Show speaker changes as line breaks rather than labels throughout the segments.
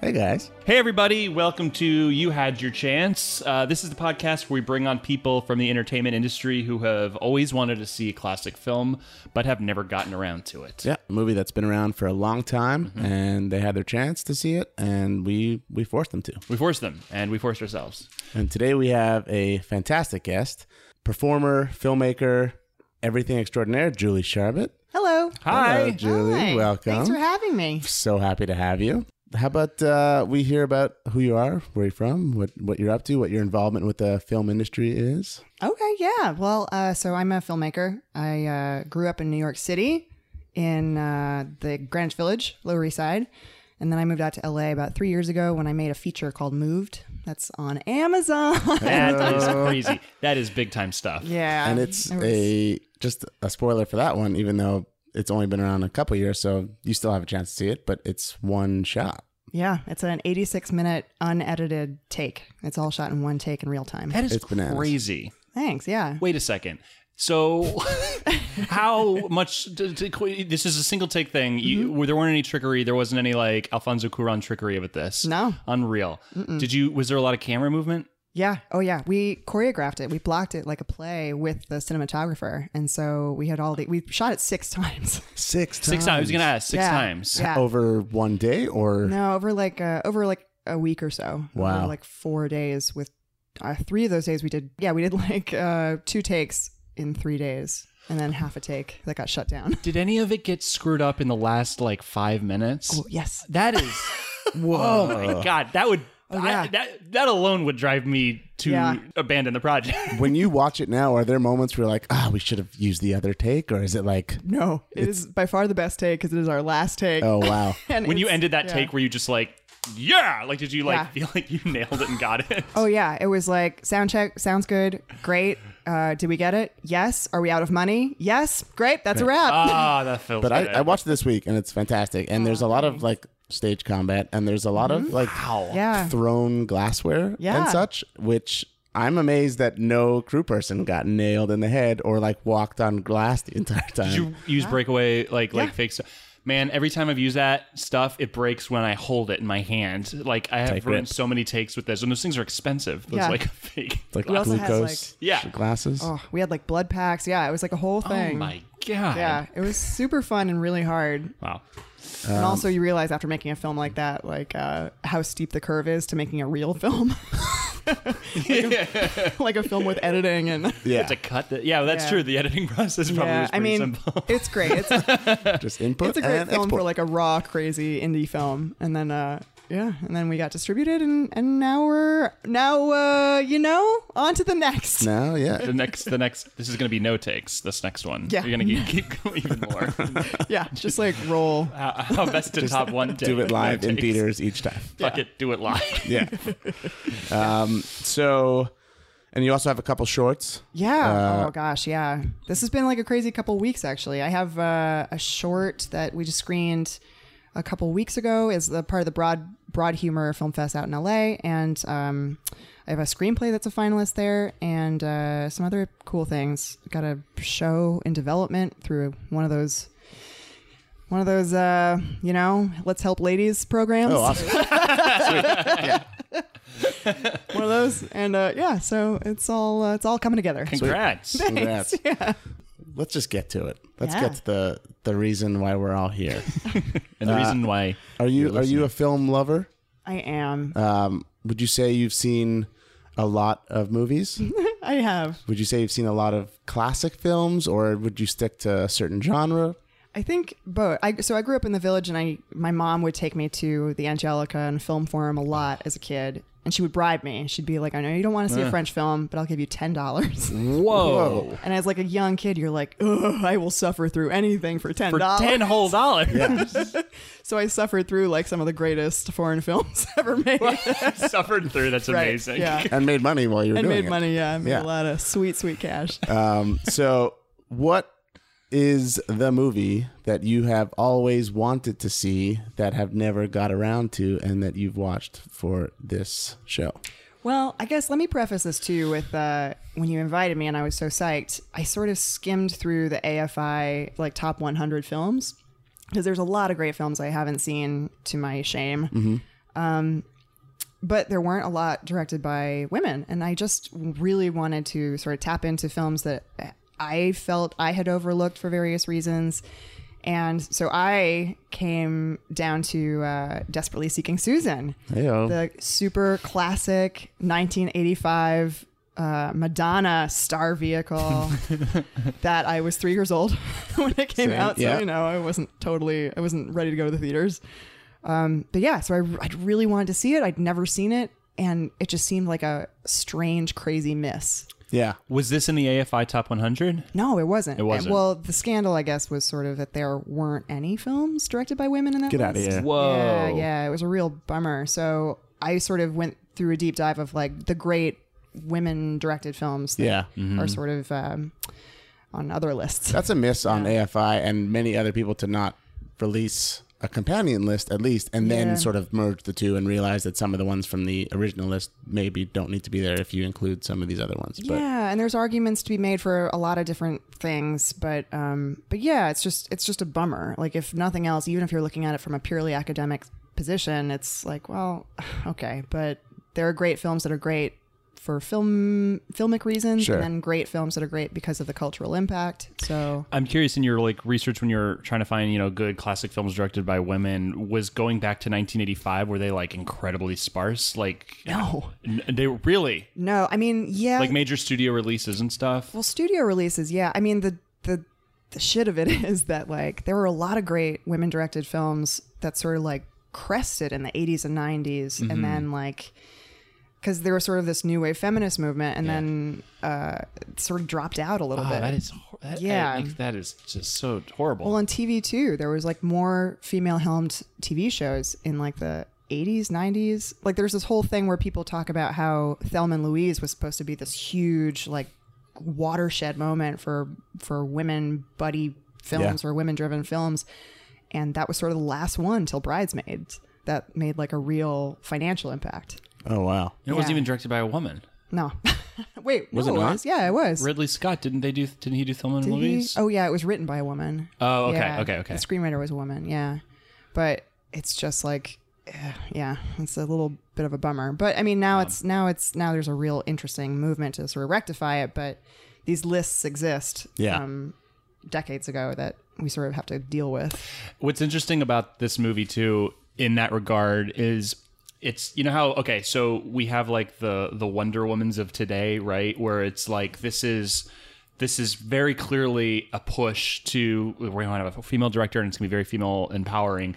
Hey guys.
Hey, everybody, welcome to You Had Your Chance. Uh, this is the podcast where we bring on people from the entertainment industry who have always wanted to see a classic film but have never gotten around to it.
Yeah, a movie that's been around for a long time, and they had their chance to see it, and we we forced them to.
We forced them and we forced ourselves.
And today we have a fantastic guest, performer, filmmaker, everything extraordinaire, Julie Sharbet.
Hello.
Hello, Julie.
Hi.
Welcome.
Thanks for having me.
so happy to have you. How about uh, we hear about who you are, where you're from, what what you're up to, what your involvement with the film industry is?
Okay, yeah. Well, uh, so I'm a filmmaker. I uh, grew up in New York City in uh, the Greenwich Village, Lower East Side. And then I moved out to LA about three years ago when I made a feature called Moved. That's on Amazon.
That is crazy. That is big time stuff.
yeah.
and it's
it was-
a just a spoiler for that one, even though it's only been around a couple years, so you still have a chance to see it. But it's one shot.
yeah, it's an 86 minute unedited take. It's all shot in one take in real time.
That is
It's bananas.
crazy.
Thanks. Yeah.
Wait a second. So, how much? d d- this is a single take thing. You, where There weren't any trickery. There wasn't any like Alfonso Cuarón trickery with this.
No.
unreal. Did you? Was there a lot of camera movement?
Yeah. Oh, yeah. We choreographed it. We blocked it like a play with the cinematographer, and so we had all the. We shot it six times.
Six times.
Six times. I was gonna ask. Six
Yeah.
times.
Yeah.
over one day, or
No, over like uh, over like a week or so.
Wow.
Over like four days with uh, three of those days we did. Yeah, we did like uh, two takes in three days, and then half a take that got shut down.
Did any of it get screwed up in the last like five minutes?
yes.
That is. Whoa. Oh my god. That would. I,
Uh, oh, yeah.
that that alone would drive me to
Yeah.
abandon the project.
when you watch it now, are there moments where you're like, ah, we should have used the other take, or is it like,
No, it is by far the best take because it is our last take.
oh wow,
And
when you
it's-
ended that
yeah.
take, were you just like, yeah? Like, did you like
Yeah.
feel like you nailed it and got it?
Oh yeah, it was like sound check sounds good, great. Uh, did we get it? Yes. Are we out of money? Yes. Great. That's a wrap.
Ah, that feels.
But I,
good.
I watched it this week and it's fantastic. And there's a lot of like stage combat and there's a lot
Mm-hmm.
of like
Yeah.
thrown glassware
Yeah.
and such, which I'm amazed that no crew person got nailed in the head or like walked on glass the entire time.
Did you use breakaway like like
Yeah.
fake stuff? Man, every time I've used that stuff, it breaks when I hold it in my hand. Like I have
Take
run
rip.
so many takes with this, and those things are expensive. Those
Yeah.
like fake.
like
We also had,
glucose
like- Yeah.
glasses.
Oh, we had like blood packs. Yeah, it was like a whole
Oh
thing.
my god!
Yeah, it was super fun and really hard.
Wow.
and also, you realize after making a film like that, like uh, how steep the curve is to making a real film, like, a, like a film with editing and.
Yeah.
To cut the yeah, that's
Yeah.
true. The editing process probably
yeah,
was
I
pretty
mean,
simple.
it's great. It's, it's
Just input.
a great
and
film
export.
for like a raw, crazy indie film, and then uh, yeah, and then we got distributed, and and now we're now uh, you know on to the next.
now, yeah.
the next, the next, this is going to be no takes. This next one,
Yeah.
you're going to keep going even more.
Yeah, just like roll.
how, how best to top one take?
Do it live
No
in
takes.
theaters each time.
Fuck it, do it live.
Yeah. um, so, and you also have a couple shorts.
Yeah.
Uh,
oh gosh, yeah. This has been like a crazy couple weeks actually. I have uh, a short that we just screened a couple weeks ago as the part of the broad broad humor film fest out in LA, and um, I have a screenplay that's a finalist there, and uh, some other cool things. Got a show in development through one of those. One of those, uh, you know, let's help ladies programs.
Oh, awesome.
One of those, and uh, yeah, so it's all uh, it's all coming together.
Congrats.
Congrats. Let's just get to it. Let's
Yeah.
get to the the reason why we're all here.
And the reason why
Are you are you a film lover?
I am.
Um, would you say you've seen a lot of movies?
I have.
would you say you've seen a lot of classic films, or would you stick to a certain genre?
I think both. I, so I grew up in the village, and I my mom would take me to the Angelica and Film Forum a lot as a kid, and she would bribe me. She'd be like, "I know you don't want to see a French film, but I'll give you ten
Mm.
dollars." and
Whoa.
as like a young kid, you're like, "Ugh, I will suffer through anything for ten
For
dollars."
10 whole dollars.
So I suffered through like some of the greatest foreign films ever made.
Suffered through. That's
Right,
amazing.
Yeah.
And made money while you were
And
doing
made money, yeah. I Made
Yeah.
a lot of sweet, sweet cash.
it. Um, so, what is the movie that you have always wanted to see that have never got around to, and that you've watched for this show?
Well, I guess let me preface this too with uh, when you invited me and I was so psyched, I sort of skimmed through the AFI like top 100 films because there's a lot of great films I haven't seen to my shame. Um, but there weren't a lot directed by women. And I just really wanted to sort of tap into films that I felt I had overlooked for various reasons. And so I came down to uh, Desperately Seeking Susan,
Heyo.
the super classic 1985 uh, Madonna star vehicle that I was three years old when it came
Same,
out. So,
yeah.
you know, I wasn't totally, I wasn't ready to go to the theaters Um, but yeah, so I, I really wanted to see it. I'd never seen it, and it just seemed like a strange, crazy miss.
yeah.
Was this in the AFI Top 100?
No, it wasn't. It
wasn't.
well, the scandal, I guess, was sort of that there weren't any films directed by women in that.
Get out of
list.
here.
Whoa.
Yeah,
Oh.
yeah, it was a real bummer. So I sort of went through a deep dive of like the great women-directed films that
Yeah. Mm-hmm.
are sort of um, on other lists.
That's a miss on AFI and many other people to not release a companion list at least, and
Yeah.
then sort of merge the two and realize that some of the ones from the original list maybe don't need to be there if you include some of these other ones. But
Yeah, and there's arguments to be made for a lot of different things, but um, but yeah, it's just it's just a bummer. Like if nothing else, even if you're looking at it from a purely academic position, it's like, well, okay, but there are great films that are great for film filmic reasons,
Sure.
and then great films that are great because of the cultural impact. So
I'm curious in your like research when you're trying to find, you know, good classic films directed by women, was going back to 1985 were they like incredibly sparse? Like
no,
n- they were really
no, I mean, yeah,
like major studio releases and stuff.
Well, studio releases, yeah. I mean, the the the shit of it is that like there were a lot of great women directed films that sort of like crested in the 80s and 90s and then like because there was sort of this new wave feminist movement and then uh it sort of dropped out a little
Oh,
bit
that is hor- that,
Yeah.
like, that is just so horrible.
well on tv too there was like more female helmed tv shows in like the 80s 90s like there's this whole thing where people talk about how thelma and louise was supposed to be this huge like watershed moment for for women buddy films
Yeah.
or women driven films and that was sort of the last one till bridesmaids that made like a real financial impact
oh wow,
it wasn't
yeah.
even directed by a woman.
no wait
Was
no,
it not?
was yeah it was
Ridley Scott didn't they do didn't he do Thelma and
Did he-
Louise?
Oh yeah, it was written by a woman.
Oh, okay,
Yeah.
okay, okay.
The screenwriter was a woman, yeah. But it's just like, eh, yeah, it's a little bit of a bummer. But I mean, now it's now it's now there's a real interesting movement to sort of rectify it. But these lists exist,
Yeah.
um, decades ago that we sort of have to deal with.
What's interesting about this movie too, in that regard, is it's you know how okay, so we have like the the Wonder Womans of today, right? Where it's like this is this is very clearly a push to we're going to have a female director and it's going to be very female empowering.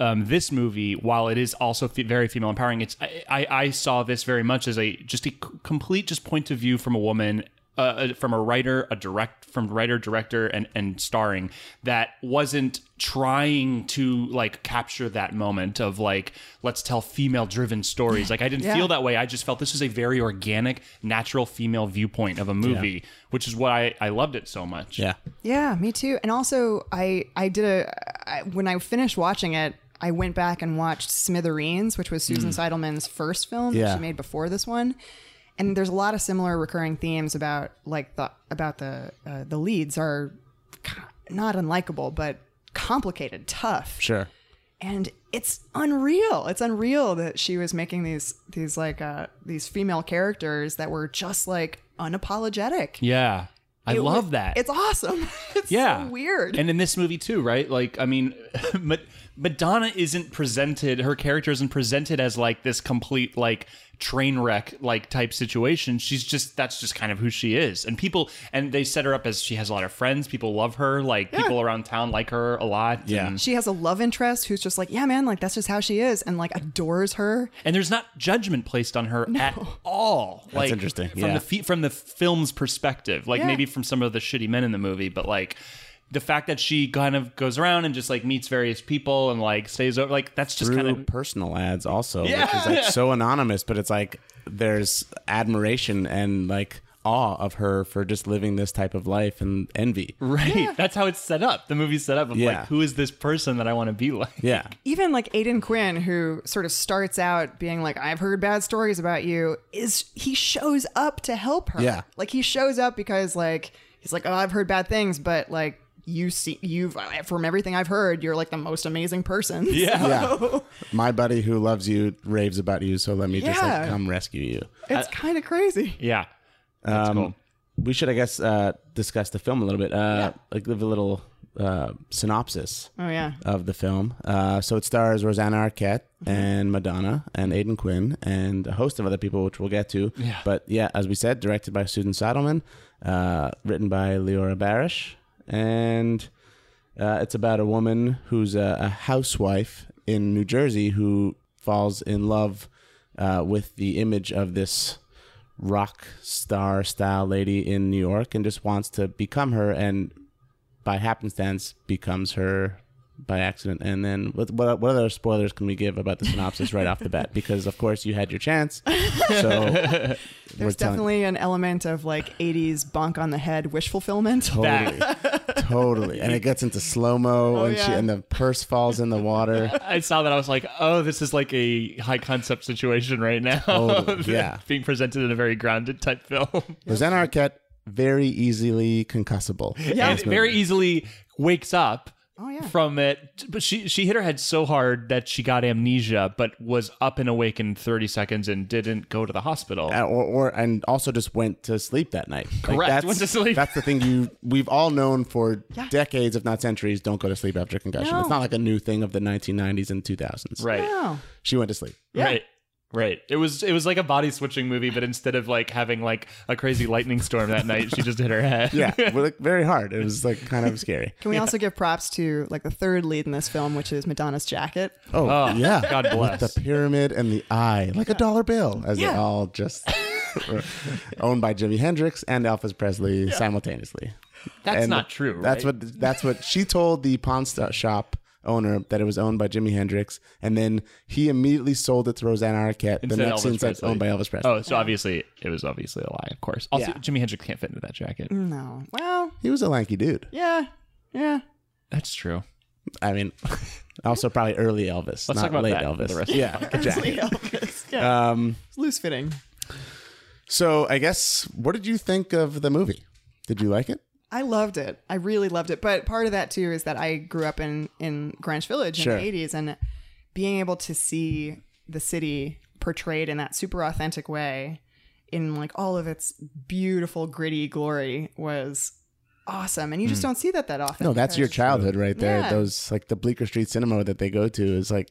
Um, this movie, while it is also fe- very female empowering, it's I, I, I saw this very much as a just a c- complete just point of view from a woman uh, from a writer, a direct from writer, director, and and starring that wasn't trying to like capture that moment of like let's tell female driven stories. Like I didn't
Yeah.
feel that way. I just felt this was a very organic, natural female viewpoint of a movie, which is why I, I loved it so much.
yeah,
Yeah, me too. And also, I I did a I, when I finished watching it, I went back and watched Smithereens, which was Susan Seidelman's first film that
Yeah.
she made before this one. And there's a lot of similar recurring themes about like the about the uh, the leads are co- not unlikable, but complicated, tough,
sure,
and it's unreal. It's unreal that she was making these these like uh, these female characters that were just like unapologetic.
Yeah. I
It
love
was-
that.
It's awesome. It's
yeah.
so weird.
And in this movie too, right? Like, I mean, Ma- Madonna isn't presented. Her character isn't presented as like this complete like train wreck like type situation. She's just that's just kind of who she is. And people and they set her up as she has a lot of friends. People love her. Like people around town like her a lot.
Yeah.
And,
she has a love interest who's just like, yeah, man, like that's just how she is, and like adores her.
and there's not judgment placed on her at all. That's like,
interesting,
From
yeah.
the fe- from the film's perspective, like
Yeah.
maybe from some of the shitty men in the movie, but like the fact that she kind of goes around and just like meets various people and like stays over, like that's just
through
kind of
personal ads also, which
Yeah.
is like so anonymous, but it's like there's admiration and like awe of her for just living this type of life and envy.
Mm.
right. That's how it's set up. The movie's set up of
Yeah.
like who is this person that I want to be like.
Yeah,
Even like Aiden Quinn, who sort of starts out being like, I've heard bad stories about you, is he shows up to help her.
Yeah.
Like he shows up because like he's like, oh, I've heard bad things, but like you see you've from everything I've heard, you're like the most amazing person.
Yeah.
Yeah. My buddy who loves you raves about you, so let me just
Yeah.
like come rescue you.
It's kind of crazy.
Yeah.
Um,
That's cool.
We should, I guess, uh, discuss the film a little bit. Uh, Like, give a little uh, synopsis
Oh yeah.
of the film. Uh, so it stars Rosanna Arquette and Madonna and Aidan Quinn and a host of other people, which we'll get to.
Yeah.
But yeah, as we said, directed by Susan Seidelman, uh, written by Leora Barish, and uh, it's about a woman who's a, a housewife in New Jersey who falls in love uh, with the image of this rock star style lady in New York and just wants to become her and by happenstance becomes her by accident. And then what, what, what other spoilers can we give about the synopsis right off the bat? Because of course you had your chance. So
There's definitely an element of like 80s bonk on the head wish fulfillment.
totally, totally. And it gets into slow mo and she,
Oh, yeah.
and the purse falls in the water.
I saw that. I was like, oh, this is like a high concept situation right now.
Totally, yeah.
Being presented in a Rosanna grounded type film.
Rosanna Arquette, very easily concussible.
Yeah.
And very easily wakes up.
Oh, yeah.
From it, but she she hit her head so hard that she got amnesia, but was up and awake in thirty seconds and didn't go to the hospital.
Uh, or, or and also just went to sleep that night. Like,
Correct,
that's,
went to sleep.
That's the thing you we've all known for
Yeah.
decades, if not centuries. Don't go to sleep after concussion.
No.
It's not like a new thing of the 1990s and 2000s.
Right.
Wow.
She went to sleep.
Right. Right. It was it was like a body switching movie, but instead of like having like a crazy lightning storm that night, she just hit her head.
Yeah, well, like, very hard. It was like kind of scary.
Can we also give props to like the third lead in this film, which is Madonna's jacket?
Oh,
Oh,
yeah.
God bless.
With the pyramid and the eye, like a dollar bill, as they all just were owned by Jimi Hendrix and Elvis Presley simultaneously.
That's
And
not true.
That's
right?
what that's what she told the pawn st- shop owner that it was owned by Jimi Hendrix, and then he immediately sold it to Rosanna Arquette. the
Instead
next
Elvis
scene said
Presley.
owned by Elvis Presley.
Oh, so obviously it was obviously a lie, of course. Also,
Yeah.
Jimi Hendrix can't fit into that jacket.
Hmm.
No. Well,
He was a lanky dude.
yeah. Yeah.
That's true.
I mean, also probably early Elvis, not
talk about
late
that for
Elvis.
the rest of the
yeah, exactly.
Elvis. Yeah.
Um,
It's loose fitting.
so I guess what did you think of the movie? Did you like it?
I loved it. I really loved it. But part of that too is that I grew up in in Greenwich Village
Sure.
in the 80s and being able to see the city portrayed in that super authentic way in like all of its beautiful gritty glory was awesome and you just don't see that that often.
Hmm. No, that's your
because-
childhood right there.
Yeah.
Those like the Bleecker Street Cinema that they go to is like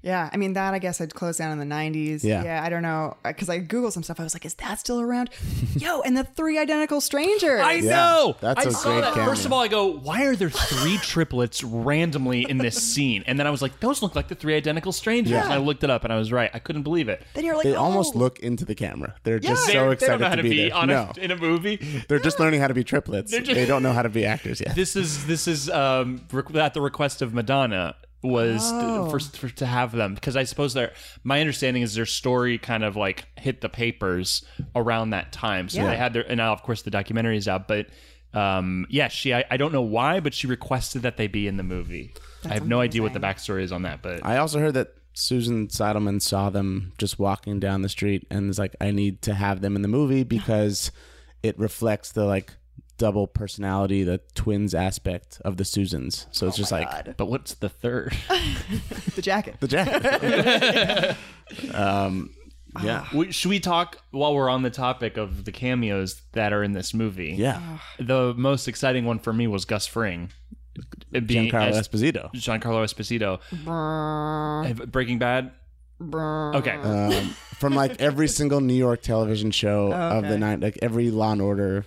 Yeah, I mean that. I guess I'd close down in the '90s.
Yeah.
I don't know because I googled some stuff. I was like, "Is that still around?" Yo, and the three identical strangers.
I know.
that's
I
a
saw
great
that.
cameo.
First of all, I go, why are there three triplets randomly in this scene? And then I was like, those look like the three identical strangers. And I looked it up, and I was right. I couldn't believe it.
then you're like,
they almost
"Oh."
look into the camera. They're just
They're-
so
they
excited
don't know how
to
to
be,
be
there.
on
no,
a, in a movie.
they're just learning how to be triplets.
just-
they don't know how to be actors yet.
this is this is um requ at the request of Madonna was
Oh.
to, for, for to have them because I suppose their my understanding is their story kind of like hit the papers around that time. So
Yeah.
they had their and now of course the documentary is out, but um yeah, she I, I don't know why, but she requested that they be in the movie. I have no idea what the backstory is on that, but
I also heard that Susan Seidelman saw them just walking down the street and was like, I need to have them in the movie because it reflects the like double personality, the twins aspect of the Susans. So
Oh
it's just like
but what's the third?
the jacket.
the Jack. um, yeah.
We- Should we talk while we're on the topic of the cameos that are in this movie?
Yeah.
The most exciting one for me was Gus Fring. It being
Giancarlo
as-
Esposito.
Giancarlo Esposito.
Brrr,
Have- Breaking Bad.
brrr.
Okay.
um, from like every single New York television show of the
Oh, okay.
night, like every Law and Order.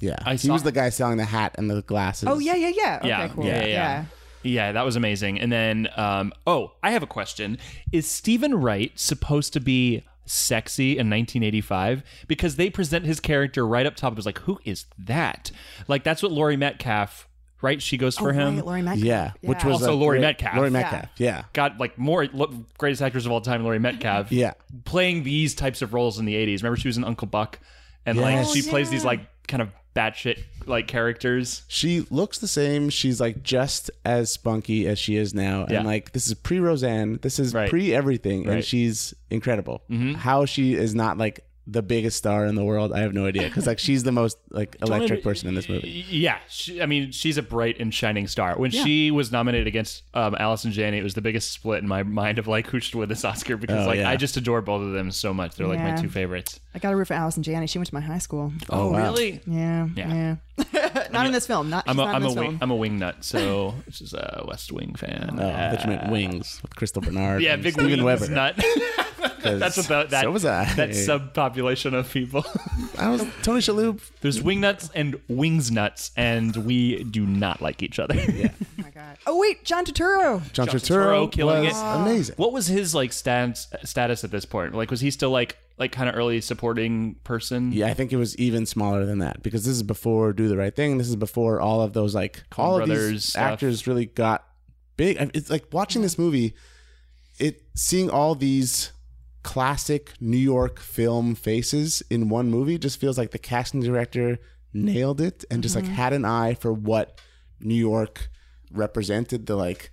Yeah,
I
he
saw-
was the guy selling the hat and the glasses.
Oh yeah, yeah, yeah. Okay,
yeah,
cool.
yeah, yeah, yeah. Yeah, that was amazing. And then, um, oh, I have a question. Is Stephen Wright supposed to be sexy in 1985? Because they present his character right up top. It was like, who is that? Like, that's what Laurie Metcalf, right? She goes for
Oh,
him.
right, Laurie Metcalf.
yeah, which
Yeah.
was
Also
a
Laurie
great-
Metcalf.
Laurie Metcalf, yeah,
Got like more lo- greatest actors of all time, Laurie Metcalf.
yeah.
Playing these types of roles in the 80s. Remember, she was in Uncle Buck, and
Yes.
like she
Oh,
plays
yeah.
these like kind of batshit like characters.
She looks the same. She's like just as spunky as she is now,
Yeah.
and like this is pre Roseanne. This is
Right. Mm-hmm.
pre everything, and
Right.
she's incredible. How she is not like the biggest star in the world? I have no idea because like she's the most like electric person in this movie.
Yeah, she, I mean, she's a bright and shining star. When she was nominated against um, Allison Janney, it was the biggest split in my mind of like who should win this Oscar because
Oh,
like
yeah.
I just adore both of them so much. They're like my
Yeah.
two favorites.
I got a root for Allison Janney. She went to my high school.
Oh, really?
Yeah,
Yeah.
yeah. not in this film. Not.
I'm
she's
a,
not
I'm
in
a
this
wing,
film.
I'm a wingnut, so which is a West Wing fan.
Oh, I thought you meant wings with Crystal Bernard.
yeah,
and
big
Steven
Steven
Weber.
Nut.
'cause
That's about that.
So was I.
That subpopulation of people.
I was Tony Shalhoub.
There's wingnuts and wings nuts, and we do not like each other.
Oh my god. Oh wait, John Turturro.
John
John
Turturro
Turturro killing
was
it.
amazing.
What was his like stance, status at this point? Like, was he still like like kind of early supporting person?
Yeah, I think it was even smaller than that because this is before Do the Right Thing. This is before all of those like all of
Brothers
these
stuff.
actors really got big. I- It's like watching this movie, it seeing all these classic New York film faces in one movie just feels like the casting director nailed it and just like had an eye for what New York represented the like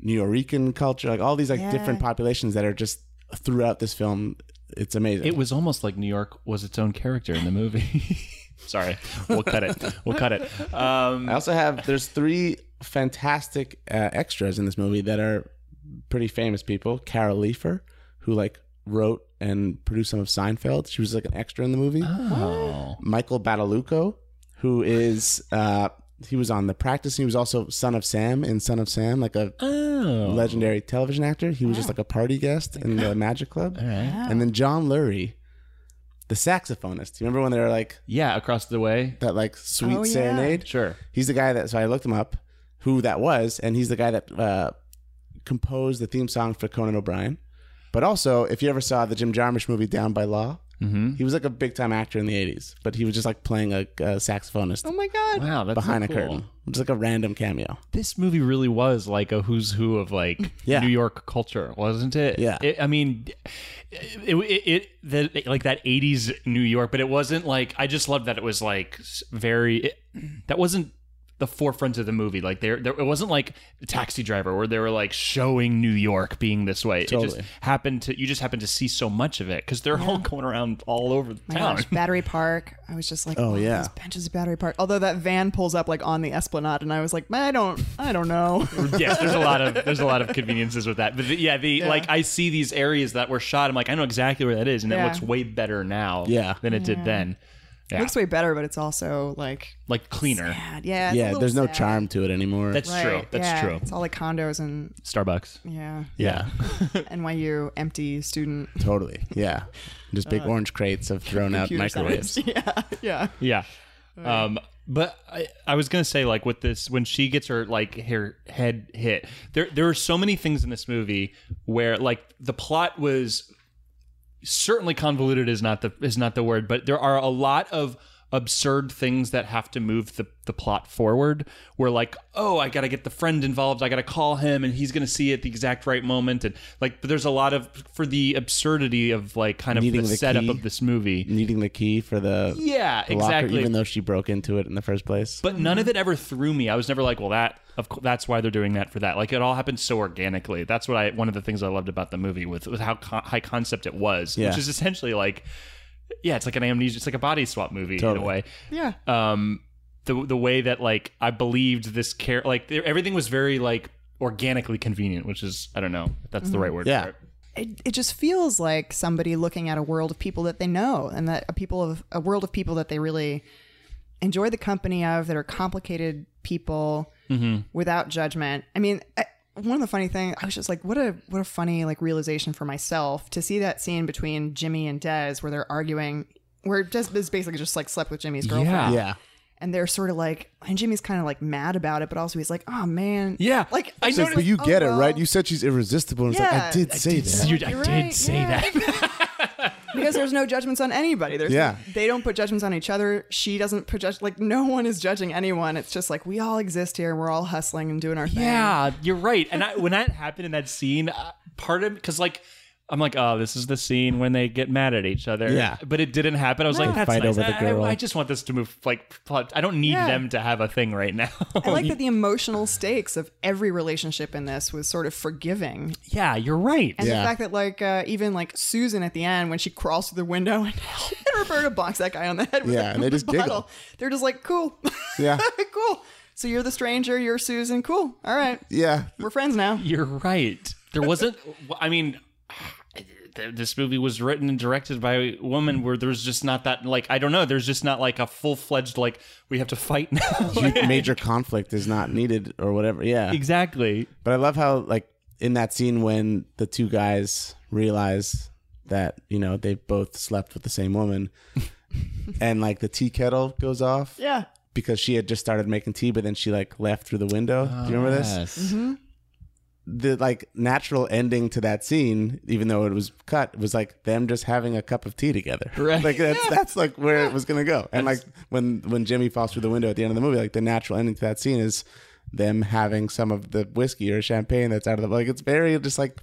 New Yorican culture, like all these like different populations that are just throughout this film. It's amazing.
It was almost like New York was its own character in the movie. Sorry, we'll cut it. We'll cut it. Um,
I also have there's three fantastic uh, extras in this movie that are pretty famous people. Carol Leifer, who like wrote and produced some of Seinfeld, she was like an extra in the movie.
Uh-huh.
oh.
Michael Badalucco, who is uh, he was on The Practice. He was also Son of Sam in Son of Sam, like a
Oh.
legendary television actor. He was just like a party guest in the Magic Club. And then John Lurie, the saxophonist. You remember when they were like
Yeah, across the way.
that like sweet
Oh, yeah.
serenade?
Sure.
He's the guy that. So I looked him up, who that was, and he's the guy that uh, composed the theme song for Conan O'Brien. But also, if you ever saw the Jim Jarmusch movie Down by Law,
Mm-hmm.
he was like a big time actor in the '80s, but he was just like playing a, a saxophonist
Oh my god.
Wow, that's so
behind
cool.
a curtain, just like a random cameo.
This movie really was like a who's who of like
Yeah.
New York culture, wasn't it?
Yeah.
It, I mean, it, it, it the, like that '80s New York, but it wasn't like I just loved that it was like s- very. It, that wasn't the forefront of the movie. Like there, there, it wasn't like Taxi Driver where they were like showing New York being this way. It
Totally.
just happened to you just happened to see so much of it because they're all going around all over the
My
town.
gosh, Battery Park. I was just like,
Oh,
oh,
yeah.
yeah, those benches at Battery Park. Although that van pulls up like on the Esplanade, and I was like, "Man, I don't, I don't know.
yes, there's a lot of there's a lot of conveniences with that. But the, yeah, the like I see these areas that were shot. I'm like, I know exactly where that is, and it
Yeah.
looks way better now.
Yeah.
than it did then. Yeah,
Looks way better, but it's also like,
like cleaner.
sad. yeah, it's a
yeah,
little
there's no
sad.
charm to it anymore.
That's
Right,
true. That's
yeah.
true.
It's all like condos and
Starbucks.
yeah,
Yeah.
NYU empty student
totally. Yeah, just
Uh,
big orange crates of thrown out
computer
microwaves.
science. Yeah, yeah.
Yeah. Um, but I, I was gonna say like with this when she gets her like her head hit there there are so many things in this movie where like the plot was certainly convoluted is not the is not the word but there are a lot of absurd things that have to move the, the plot forward where like oh i gotta get the friend involved i gotta call him and he's gonna see it at the exact right moment and like but there's a lot of for the absurdity of like kind of
Needing
the
the
setup
key.
of this movie
Needing the key for the
yeah
the locker,
exactly
even though she broke into it in the first place.
but none of it ever threw me. I was never like, well, that of course, that's why they're doing that for that. Like it all happened so organically. That's what I one of the things I loved about the movie with was how co- high concept it was,
Yeah.
which is essentially like, yeah, it's like an amnesia, it's like a body swap movie in
Totally.
a way.
Yeah.
Um, the the way that like I believed this care, like there- everything was very like organically convenient, which is I don't know if that's the right word.
Mm-hmm. Yeah.
for it.
it, it just feels like somebody looking at a world of people that they know and that a people of a world of people that they really enjoy the company of that are complicated people
Mm-hmm.
without judgment i mean I, one of the funny thing i was just like what a what a funny like realization for myself to see that scene between jimmy and des where they're arguing where des is basically just like slept with jimmy's girlfriend
Yeah.
Yeah,
and they're sort of like and jimmy's kind of like mad about it but also he's like oh man
Yeah.
like
I
it's
know-
just
but you
like,
get
oh,
it right.
well.
You said she's irresistible. And it's like I
Yeah,
did
I
say that.
You- I
You're
did
right,
say
yeah.
that.
because there's no judgments on anybody. There's
Yeah.
they don't put judgments on each other. She doesn't put judge like no one is judging anyone. It's just like we all exist here. We're all hustling and doing our thing.
Yeah, you're right. And I, when that happened in that scene, uh, part of because like I'm like, oh, this is the scene when they get mad at each other.
Yeah.
but it didn't happen. I was like,
They
that's
fight
nice.
over the
I-
girl.
I, I just want this to move. Like, plot. I don't need
Yeah.
them to have a thing right now.
I like that the emotional stakes of every relationship in this was sort of forgiving.
yeah, you're right.
And
Yeah.
the fact that, like, uh, even like Susan at the end, when she crawls through the window and, and Roberta bonks that guy on the head with
Yeah,
a
and they just
bottle,
giggle.
they're just like, cool.
Yeah.
cool. So you're the stranger, you're Susan. Cool. All right.
Yeah.
We're friends now.
You're right. There wasn't. I mean, th- this movie was written and directed by a woman where there's just not that. Like, I don't know. There's just not like a full fledged like we have to fight now.
Ju- Major conflict is not needed or whatever. Yeah.
exactly.
But I love how like in that scene when the two guys realize that you know they both slept with the same woman, and like the tea kettle goes off
Yeah.
because she had just started making tea, but then she like left through the window. Do you remember this? The like natural ending to that scene, even though it was cut, was like them just having a cup of tea together.
Right.
Like that's that's like where it was gonna go. And like when when Jimmy falls through the window at the end of the movie, like the natural ending to that scene is them having some of the whiskey or champagne that's out of the like it's very just like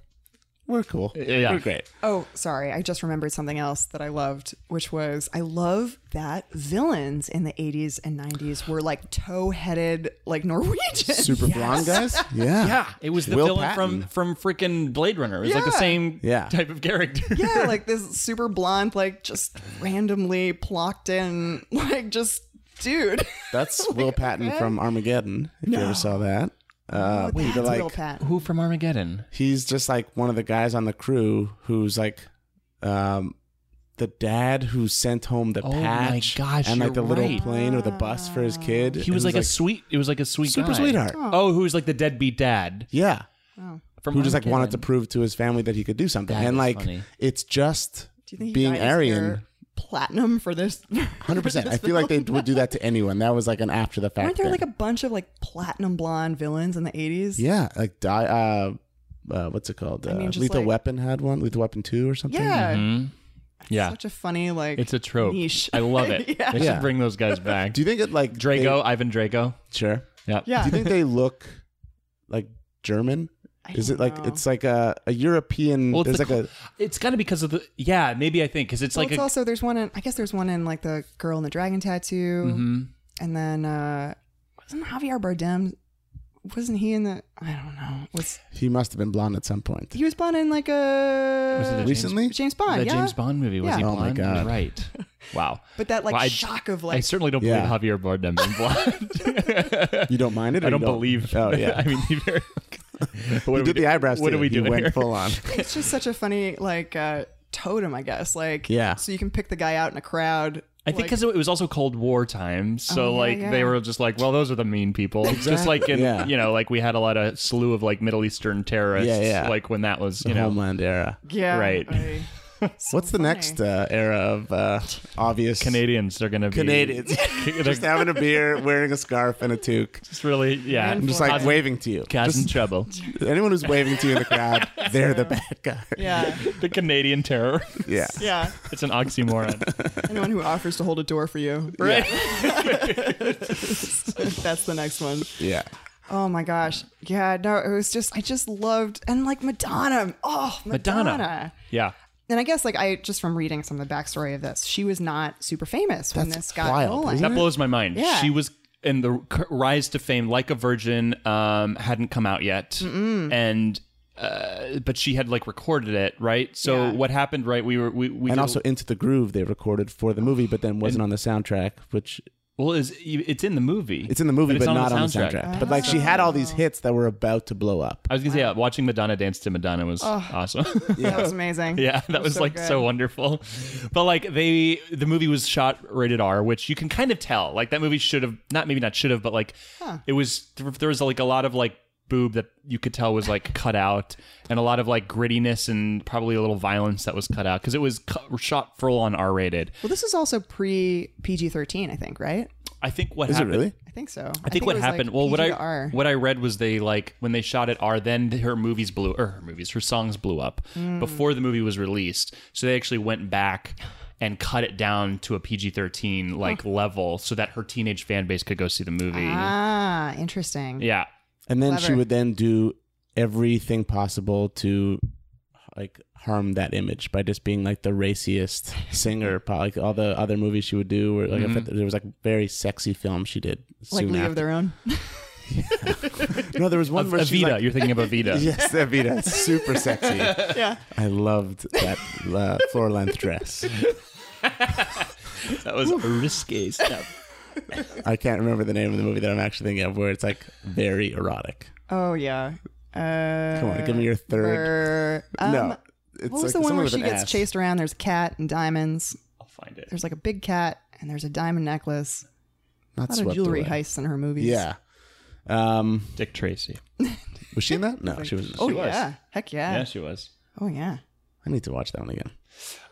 we're cool.
Yeah.
We're great.
Oh, sorry. I just remembered something else that I loved, which was I love that villains in the 80s and 90s were like toe headed, like Norwegian.
Super blonde guys? Yeah.
Yeah, it was the
Will
villain
Patton.
from from freaking Blade Runner. It was like the
Yeah.
same
Yeah.
type of character.
yeah, like this super blonde, like just randomly plocked in, like just dude. Oh
That's Will Patton from Armageddon, if you ever saw that. Uh,
Oh, That's
they're
Will Patton.
Who from Armageddon?
he's just like one of the guys on the crew who's like um the dad who sent home the
Oh my
patch
gosh,
and like
you're
the little
right.
plane or the bus for his kid
He was like, a sweet. It was like a sweet,
super
guy.
sweetheart
Oh, who was like the deadbeat dad
yeah
from
who just like wanted to
Armageddon.
prove to his family that he could do something
That
and
is
like
funny.
it's just
Do you think he
being
got his hair
aryan
platinum for this?
100% i feel like they would do that to anyone that was like an after the fact
Weren't there
thing.
like a bunch of like platinum blonde villains in the 80s?
yeah like di- uh, uh what's it called uh,
mean, just
lethal
like-
weapon had one lethal weapon 2 or something
Yeah.
Hmm? Yeah,
Such a funny, like,
it's a trope.
niche.
I love it.
yeah.
They
Yeah.
should bring those guys back.
do you think it like
Draco, Ivan Draco.
they- sure
Yeah.
Yeah.
Do you think they look like German?
I
Is
don't
it like
know.
it's like a, a European?
Well,
there's
it's
like
the
a
It's got to because of the yeah. Maybe I think because it's
Well,
like
it's
a,
also there's one in I guess there's one in like the girl in the dragon tattoo,
Mhm.
and then uh wasn't Javier Bardem? Wasn't he in the? I don't know. Was
he must have been blonde at some point.
he was Bond in like a
Was it a-
Recently,
James Bond?
the
yeah,
James Bond movie was
Yeah.
he
Oh
blonde?
my
You're
God.
Right. Wow.
but that like
Well, I-
shock of
I
like
certainly don't
Yeah.
believe Javier Bardem in blonde.
you don't mind it. Or
I
you
don't believe.
Oh
I
yeah,
mean, he very-
he
But what do we
did
do-
the eyebrows.
What
too.
do we
He
do
went
here?
full on.
it's just such a funny like uh totem, I guess. Like
Yeah.
so you can pick the guy out in a crowd.
I think
like-
because it was also Cold War time, so
Oh, yeah,
like
yeah.
they were just like, well, those are the mean people. Just like in
Yeah.
you know, like we had a lot of slew of like Middle Eastern terrorists.
Yeah, yeah.
Like when that was
The
you know
Homeland era.
yeah,
right.
I- so
What's the
funny.
next uh, era of uh, obvious
Canadians, they're gonna be
Canadians?
They're
just having a beer, wearing a scarf and a toque.
just really yeah.
I'm just like waving to you.
causing trouble.
Just- anyone who's waving to you in the crowd, they're the bad guy.
Yeah,
the Canadian terror.
Yeah.
yeah.
It's an oxymoron.
Anyone who offers to hold a door for you,
Right.
that's the next one.
Yeah.
Oh my gosh. Yeah, no, it was just I just loved and like Madonna. Oh, Madonna.
Madonna. Yeah.
And I guess like I just from reading some of the backstory of this, she was not super famous when
That's
this got
wild,
rolling.
isn't
That blows my mind.
Yeah.
She was in the c- rise to fame, like a virgin, um, hadn't come out yet, and uh, but she had like recorded it, right? So
Yeah.
what happened, right? We were we, we
and
did-
also into the groove they recorded for the movie but then wasn't on the soundtrack which
well, is it's in the movie?
it's in the movie
But
but,
it's on
not
the
on the
soundtrack.
soundtrack but like she had all these
Oh.
hits that were about to blow up
I was gonna say, yeah, watching Madonna dance to Madonna was awesome.
That was amazing.
Yeah, that was
so
like
good.
so wonderful. But like they the movie was shot rated R, which you can kind of tell. Like that movie should have not maybe not should have, but like it was there was like a lot of like boob that you could tell was like cut out and a lot of like grittiness and probably a little violence that was cut out because it was cu- shot full on R rated.
Well, this is also pre PG thirteen, I think, right?
I think what
is it
happened
really
I think so.
I think, what happened. well, what I
are
what I read was they like when they shot at R, then her movies blew or her movies, her songs blew up before the movie was released. So they actually went back and cut it down to a PG thirteen like level so that her teenage fan base could go see the movie.
ah interesting.
Yeah,
and then she
Clever.
would then do everything possible to like harm that image by just being like the raciest singer. po- Like all the other movies she would do, were like if there was like very sexy films she did.
like
soon
League
after.
of Their Own.
No, there was one where she
Avita, you're thinking of Avita.
Yes, Evita, super sexy.
yeah,
I loved that uh, floor length dress.
That was risque stuff.
I can't remember the name of the movie that I'm actually thinking of, where it's like very erotic.
Oh yeah. Uh,
Come on, give me your third.
or- um,
no, it's
What was
like
the one
someone
where
with
she
an
gets
ass.
chased around? There's a cat and diamonds.
I'll find it.
There's like a big cat and there's a diamond necklace.
Not
A lot of
swept
jewelry
away.
heists in her movies.
Yeah. Um,
Dick Tracy.
was she in that? No, she wasn't.
Oh
She was.
yeah. Heck yeah.
Yeah, she was.
Oh yeah.
I need to watch that one again.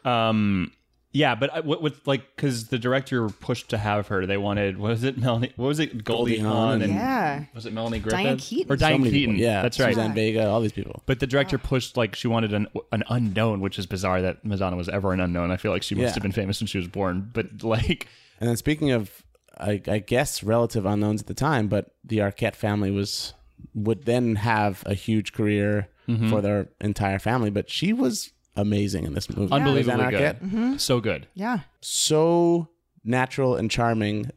Um, yeah, but I, what, what like because the director pushed to have her. They wanted what was it Melanie? What was it Goldie,
Goldie
Hawn
Hawn
and
Yeah.
was it Melanie Griffith
Diane Keaton.
or
So
So
Diane
many
Keaton?
people. Yeah,
that's right.
Suzanne Vega, all these people.
But the director pushed like she wanted an an unknown, which is bizarre that Madonna was ever an unknown. I feel like she must
Yeah.
have been famous since she was born. But like,
And then speaking of, I, I guess relative unknowns at the time, but the Arquette family was would then have a huge career
Mm-hmm.
for their entire family. But she was amazing in this movie.
unbelievably
Roseanne
good,
Arquette.
Mm-hmm.
so good.
Yeah.
so natural and charming.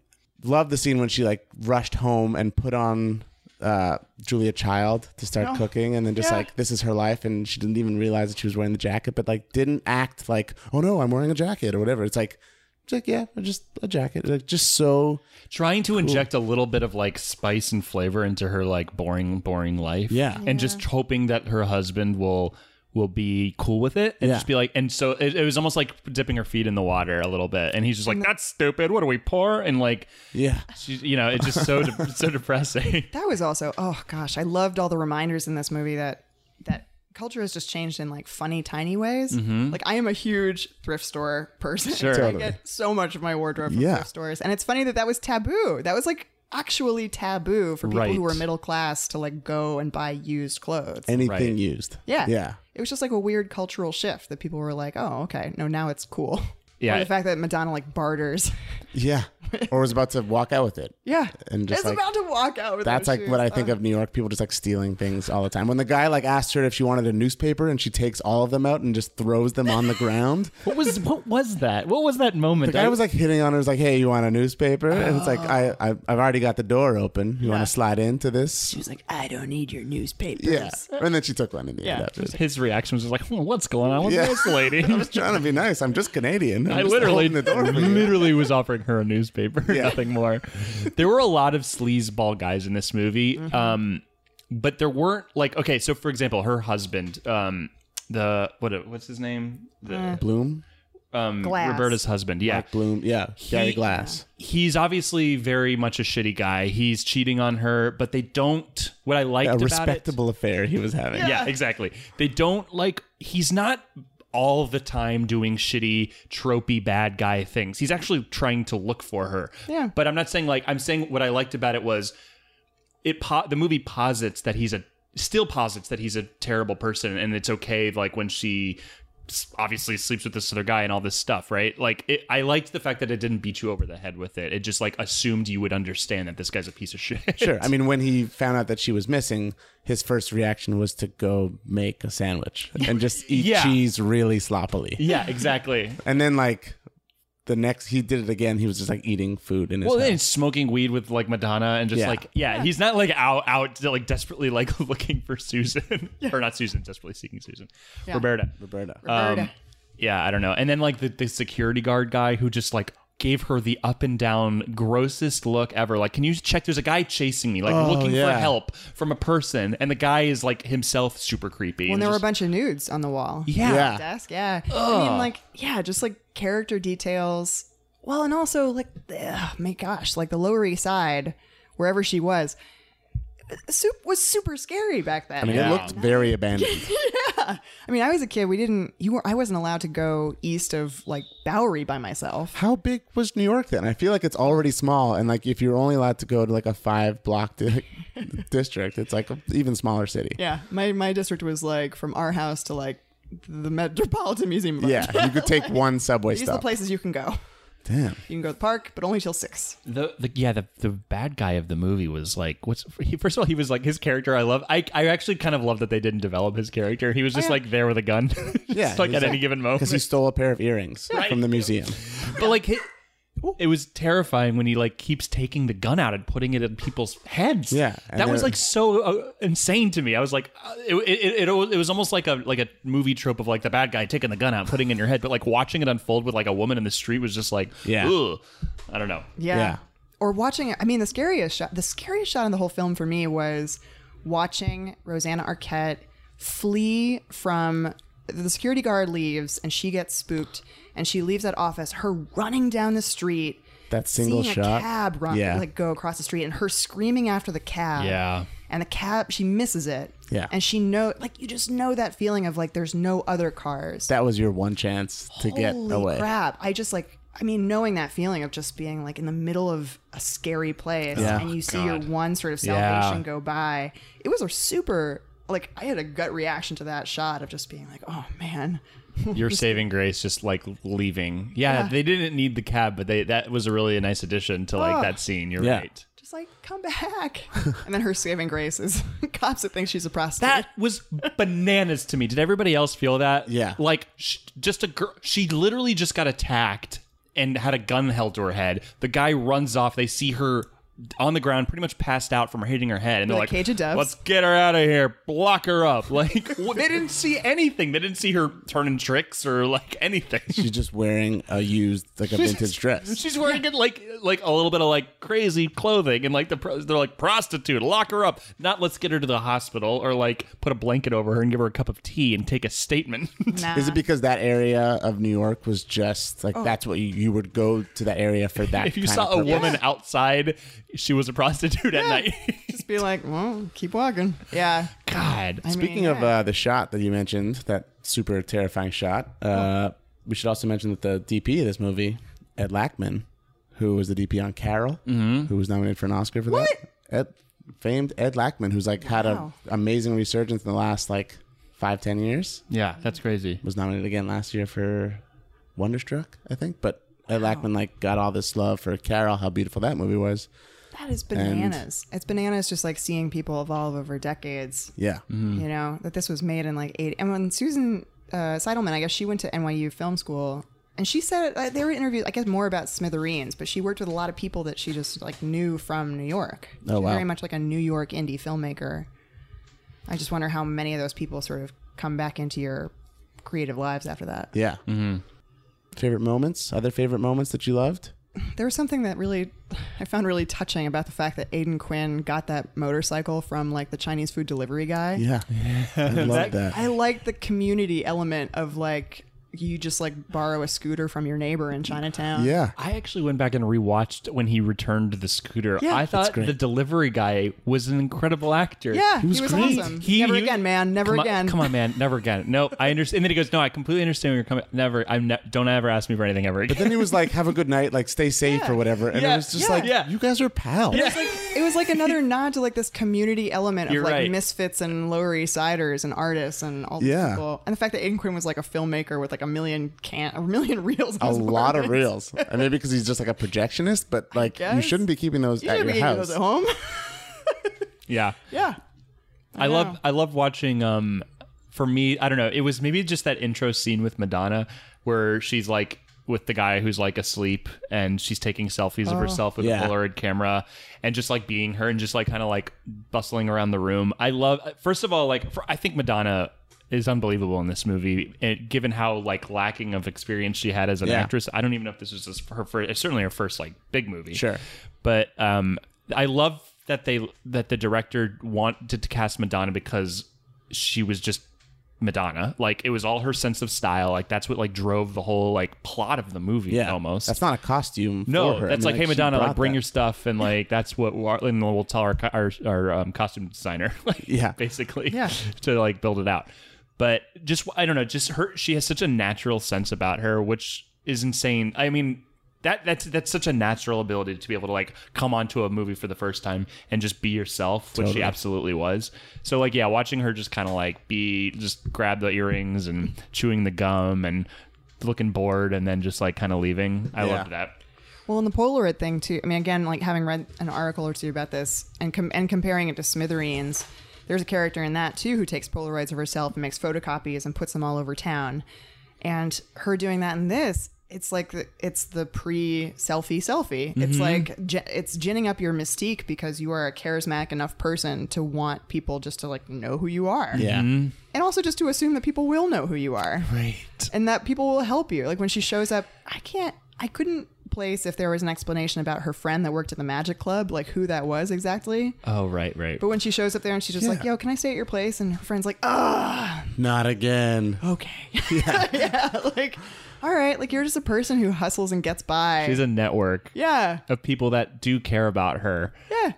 Love the scene when she like rushed home and put on uh, Julia Child to start cooking, and then just
Yeah.
like this is her life, and she didn't even realize that she was wearing the jacket, but like didn't act like oh no, I'm wearing a jacket or whatever. It's like it's like yeah, just a jacket, like just so
Trying to inject a little bit of like spice and flavor into her like boring, boring life.
Yeah.
and just hoping that her husband will will be cool with it and
Yeah.
just be like. And so it, it was almost like dipping her feet in the water a little bit. And he's
Mm.
just like, "That's stupid. What are we poor?" And like,
yeah.
she's you know, it's just so de- so depressing.
That was also oh gosh, I loved all the reminders in this movie that that culture has just changed in like funny tiny ways. Like I am a huge thrift store person.
Mm-hmm. Sure.
Totally.
I get so much of my wardrobe from
Yeah.
thrift stores, and it's funny that that was taboo. That was like actually taboo for people
Right.
who were middle class to like go and buy used clothes.
Anything
Right.
used,
yeah.
yeah.
It was just like a weird cultural shift that people were like, "Oh, okay, no, now it's cool."
Yeah.
Or the fact that Madonna like barters.
Yeah, or was about to walk out with it.
yeah.
And just
It's
like-
about to walk out with
That's
those
like
shoes.
what I think of New York people just like stealing things all the time. When the guy like asked her if she wanted a newspaper and she takes all of them out and just throws them on the ground.
What was what was that? What was that moment?
The guy was like hitting on her, was like, "Hey, you want a newspaper?" And it's like, I, I I've already got the door open. You want to slide into this?
She's like, I don't need your newspapers.
Yeah. And then she took one in the end. afterwards.
his reaction was just like, "Hmm, "What's going on with
Yeah.
this lady?"
I was trying to be nice. I'm just Canadian. I'm
I
just
literally,
holding the door for you.
literally was offering her a newspaper, nothing more. There were a lot of sleazeball guys in this movie,
Mm-hmm.
um, but there weren't like okay. So, for example, her husband, um, the what what's his name, the
Bloom,
um,
Glass.
Roberta's husband, yeah.
Bloom, yeah, Gary
He-
Glass.
He's obviously very much a shitty guy. He's cheating on her, but they don't. What I liked
A
about it,
respectable affair he was having.
yeah, exactly. They don't like he's not all the time doing shitty, tropey bad guy things. He's actually trying to look for her.
Yeah.
But I'm not saying like I'm saying what I liked about it was it po- the movie posits that he's a still posits that he's a terrible person and it's okay like when she s- obviously sleeps with this other guy and all this stuff right like it, i liked the fact that it didn't beat you over the head with it it just like assumed you would understand that this guy's a piece of shit
Sure. I mean, when he found out that she was missing, his first reaction was to go make a sandwich and just eat
Yeah.
cheese really sloppily.
yeah exactly
And then, like, the next, he did it again. He was just like eating food in his
Well,
house.
and smoking weed with like Madonna and just
Yeah.
like yeah, he's not like out out like desperately like looking for Susan or not Susan, desperately seeking Susan, Roberta.
Roberta.
Um, yeah, I don't know. And then like the, the security guard guy who just like gave her the up and down grossest look ever. Like, can you check? There's a guy chasing me, like looking for
Oh, yeah.
help from a person, and the guy is like himself super creepy.
When
and
there were a
just-
bunch of nudes on the wall.
yeah,
Yeah.
Desk, yeah. I mean, like, yeah, just like character details. Well, and also, like, ugh, my gosh, like the Lower East Side, wherever she was, uh, soup was super scary back then.
I mean,
Yeah.
it looked very abandoned.
I mean, I was a kid. We didn't, you were, I wasn't allowed to go east of like Bowery by myself.
How big was New York then? I feel like it's already small. And, like, if you're only allowed to go to like a five block di- district, it's like an even smaller city.
Yeah. My, my district was like from our house to like the Metropolitan Museum. of Art.
Yeah, you could take one subway
These are the
stop.
places you can go.
Damn.
You can go to the park, but only till six.
The, the yeah the the bad guy of the movie was like what's he, first of all he was like his character I love I I actually kind of love that they didn't develop his character he was just
yeah.
like there with a gun
Yeah,
just like
he's
at any
like-
given moment
Because he stole a pair of earrings from the museum.
but like it, it was terrifying when he like keeps taking the gun out and putting it in people's heads
Yeah, and
that was
they're-
like so uh, insane to me i was like uh, it, it, it, it was almost like a like a movie trope of like the bad guy taking the gun out putting it in your head but like watching it unfold with like a woman in the street was just like
Yeah.
Ugh. i don't know
Yeah.
Yeah.
Or watching I mean the scariest shot the scariest shot in the whole film for me was watching Rosanna Arquette flee from the security guard leaves and she gets spooked and she leaves that office her running down the street
That single
seeing
shot.
a cab run
Yeah.
like go across the street and her screaming after the cab
Yeah.
and the cab she misses it
Yeah.
and she know like you just know that feeling of like there's no other cars
That was your one chance to get
Holy
away.
crap! I just like. I mean, knowing that feeling of just being like in the middle of a scary place
Yeah. Oh,
and you see your
God.
one sort of
Yeah.
salvation go by, it was a super like I had a gut reaction to that shot of just being like, oh man,
your saving grace just like leaving yeah, they didn't need the cab but they that was a really nice addition to like that scene you're
Yeah.
right
just like come back. and then her saving grace is cops that think she's a prostitute.
That was bananas to me. Did everybody else feel that?
Yeah.
Like, sh- just a girl. She literally just got attacked and had a gun held to her head. The guy runs off. They see her on the ground, pretty much passed out from hitting her head, and they're
With a
like,
cage of doves.
"Let's get her out of here. Block her up." Like, w- they didn't see anything. They didn't see her turning tricks or like anything.
She's just wearing a used, like a vintage dress.
She's wearing it like like a little bit of like crazy clothing and like the pro- they're like prostitute, lock her up. Not let's get her to the hospital or like put a blanket over her and give her a cup of tea and take a statement.
Nah.
Is it because that area of New York was just like that's what you, you would go to that area for that?
if you
kind
saw
of
a
purpose.
woman outside, she was a prostitute at night.
just be like, well, keep walking. Yeah.
God.
I mean,
Speaking of
yeah.
uh, the shot that you mentioned, that super terrifying shot, uh, we should also mention that the DP of this movie, Ed Lackman, who was the DP on Carol,
Mm-hmm.
who was nominated for an Oscar for that, Ed, famed Ed Lackman, who's like had
Wow.
an amazing resurgence in the last like five ten years,
yeah, that's crazy.
was nominated again last year for Wonderstruck, I think, but. Ed Lackman like got all this love for Carol, how beautiful that movie was.
that is bananas. It's bananas just like seeing people evolve over decades
Yeah,
Mm-hmm.
you know that this was made in like eight and when susan uh, seidelman i guess she went to nyu film school and she said uh, they were interviewed i guess more about smithereens but she worked with a lot of people that she just like knew from new york
Oh,
She's
wow.
very much like a new york indie filmmaker i just wonder how many of those people sort of come back into your creative lives after that
yeah.
Mm-hmm.
Favorite moments? Other favorite moments that you loved?
there was something that really I found really touching about the fact that Aidan Quinn got that motorcycle from like the Chinese food delivery guy.
Yeah, I love that.
I like the community element of like you just like borrow a scooter from your neighbor in Chinatown.
Yeah.
I actually went back and rewatched when he returned the scooter.
Yeah.
I
That's
thought the delivery guy was an incredible actor.
Yeah, he was,
great.
awesome. never again, man. Never
come
again.
On, come on, man. Never again. No, I understand. And then he goes, "No, I completely understand where you're coming. Never. I'm. Ne- don't ever ask me for anything ever again."
Then he was like, "Have a good night, like stay safe
Yeah.
or whatever," and
Yeah.
it was just
Yeah.
like,
Yeah.
"You guys are pals."
It was like another nod to like this community element
You're
of like
right.
misfits and Lower East Siders and artists and all these
Yeah.
people. And the fact that Aidan Quinn was like a filmmaker with like a million can a million reels.
A lot of reels, and maybe because he's just like a projectionist, but like you
guess.
shouldn't be keeping those
You
at
should
your
be eating
house.
those at home.
yeah.
yeah.
I love. I love watching. Um, for me, I don't know. It was maybe just that intro scene with Madonna where she's like with the guy who's like asleep and she's taking selfies of herself with
Yeah.
a Polaroid camera and just like being her and just like kind of like bustling around the room. I love. First of all, like for, I think Madonna is unbelievable in this movie and given how like lacking of experience she had as an
Yeah.
actress i don't even know if this was just her first certainly her first like big movie
Sure.
but um, I love that they that the director wanted to cast Madonna because she was just Madonna. Like it was all her sense of style. Like that's what like drove the whole like plot of the movie
Yeah,
almost.
That's not a costume.
no,
for her. I
that's
mean,
like, hey
she
Madonna, like
brought
bring
that.
your stuff and like that's what we're, and we'll tell our co- our, our um, costume designer, like,
Yeah.
basically,
Yeah.
to like build it out. But just I don't know, just her. She has such a natural sense about her, which is insane. I mean, that that's that's such a natural ability to be able to like come onto a movie for the first time and just be yourself, which she absolutely was. So like, yeah, watching her just kind of like be just grab the earrings and chewing the gum and looking bored and then just like kind of leaving. I
Yeah.
loved that.
Well, in the Polaroid thing too. I mean, again, like having read an article or two about this and com- and comparing it to Smithereens, there's a character in that too who takes Polaroids of herself and makes photocopies and puts them all over town. And her doing that in this, it's like the, it's the pre-selfie selfie. It's like ge- it's ginning up your mystique because you are a charismatic enough person to want people just to like know who you are.
Yeah.
Mm-hmm.
And also just to assume that people will know who you are
Right.
and that people will help you. Like when she shows up, I can't, I couldn't place if there was an explanation about her friend that worked at the magic club, like who that was exactly.
Oh, right, right.
But when she shows up there and she's just like, "Yo, can I stay at your place?" and her friend's like, "Ah,
Not again.
okay, yeah. like, all right, like you're just a person who hustles and gets by."
She's a network
yeah,
of people that do care about her.
yeah.
Did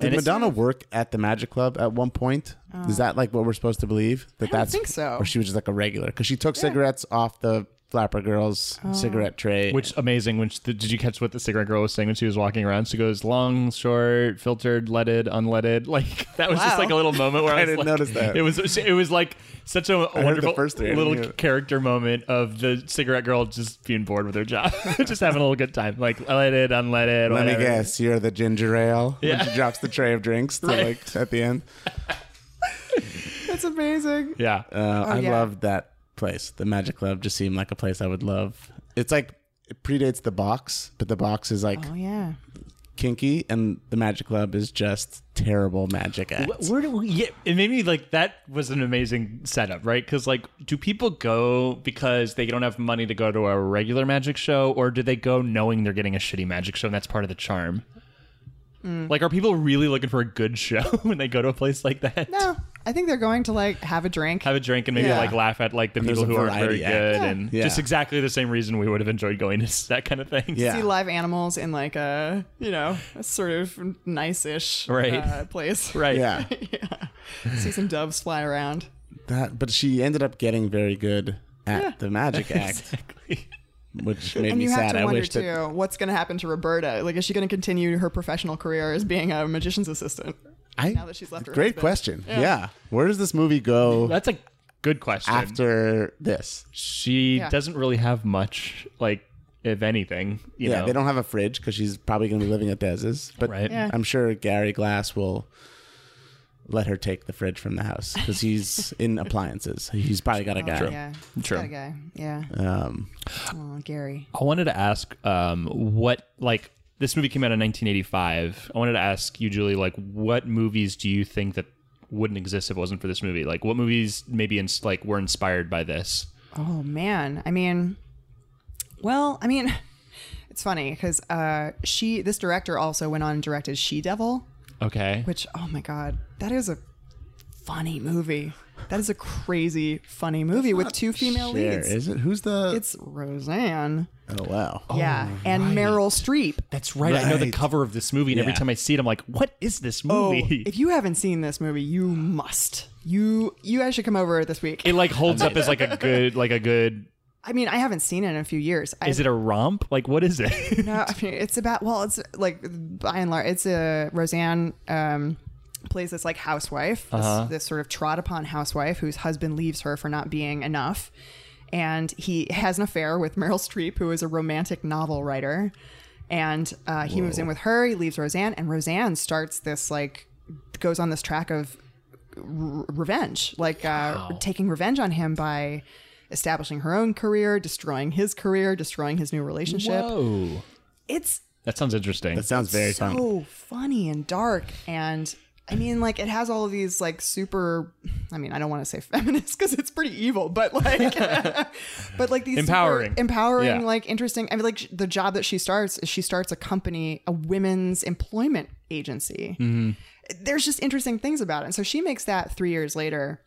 And it's-
Madonna work at the Magic Club at one point? Is that like what we're supposed to believe? That I
Oh. don't
that's
think so.
Or she was just like a regular because she took cigarettes off the flapper girl's
Oh.
cigarette tray.
Which amazing. When she, did you catch what the cigarette girl was saying when she was walking around? She goes long, short, filtered, leaded, unleaded. Like that was just
Wow.
like a little moment where I, was
didn't
like-
notice that.
It was it was like such a
the
wonderful
first three, I
little
didn't hear it.
character moment of the cigarette girl just being bored with her job, just having a little good time, like leaded, unleaded.
Let me
whatever.
guess, you're the ginger ale. when
Yeah.
she drops the tray of drinks to,
Right.
like at the end.
That's amazing.
Yeah.
Uh, I
Oh, yeah.
loved that place. The Magic Club just seemed like a place I would love. It's like it predates the box, but the box is like
Oh yeah.
kinky, and the Magic Club is just terrible magic acts.
Where do we yeah, It made me like that was an amazing setup, right? Because like, do people go because they don't have money to go to a regular magic show, or do they go knowing they're getting a shitty magic show and that's part of the charm?
Mm.
Like, are people really looking for a good show when they go to a place like that?
No, I think they're going to like have a drink.
Have a drink and maybe
Yeah.
like laugh at like the
there's
people
a
who aren't very
variety act.
good, and
Yeah.
just exactly the same reason we would have enjoyed going to s- that kind of thing.
Yeah.
see live animals in like a you know a sort of nice-ish
Right.
uh, place
right.
Yeah,
yeah see some doves fly around
that. But she ended up getting very good at the magic act,
Exactly.
which made
and
me
you have
sad.
to
I
wonder
wish
too
that
what's going to happen to roberta like is she going to continue her professional career as being a magician's assistant
I.
now that she's left her
great question.
husband?
Yeah. where does this movie go
That's a good question.
after this?
she
Yeah.
doesn't really have much, like, if anything. You
yeah,
know?
they don't have a fridge because she's probably going to be living at Dez's. But
Right.
Yeah.
I'm sure Gary Glass will let her take the fridge from the house because he's in appliances. He's probably got a guy.
Oh, yeah
True.
Got a guy. yeah
Um,
oh gary
I wanted to ask um, what like this movie came out in 1985. I wanted to ask you, Julie, like what movies do you think that wouldn't exist if it wasn't for this movie? Like what movies maybe ins- like were inspired by this?
Oh man, I mean, well, I mean, it's funny because uh, she, this director, also went on and directed She Devil,
Okay,
which oh my god, that is a funny movie. That is a crazy funny movie with two female
there
leads.
is it. Who's the?
It's Roseanne,
oh wow.
yeah, and Meryl Streep.
that's right. I know the
Right.
cover of this movie, and every
Yeah.
time I see it, I'm like, what is this
Oh,
movie?
if you haven't seen this movie, you must. You you guys should come over this week.
it like holds up as like a good like a good.
I mean, I haven't seen it in a few years. I
Is it a romp? Like what is it?
No, I mean it's about well, it's like by and large, it's a Roseanne um, plays this like housewife, this, this sort of trod upon housewife whose husband leaves her for not being enough, and he has an affair with Meryl Streep, who is a romantic novel writer, and uh, he moves in with her. He leaves Roseanne, and Roseanne starts this like goes on this track of r- revenge, like uh, taking revenge on him by establishing her own career, destroying his career, destroying his new relationship.
Whoa,
It's
that sounds interesting.
That sounds very
so
fun.
funny and dark and I mean, like it has all of these like super. I mean, I don't want to say feminist because it's pretty evil, but like, but like these super
Empowering.
empowering,
Yeah.
like interesting. I mean, like sh- the job that she starts is she starts a company, a women's employment agency.
Mm-hmm.
There's just interesting things about it, and so she makes that three years later.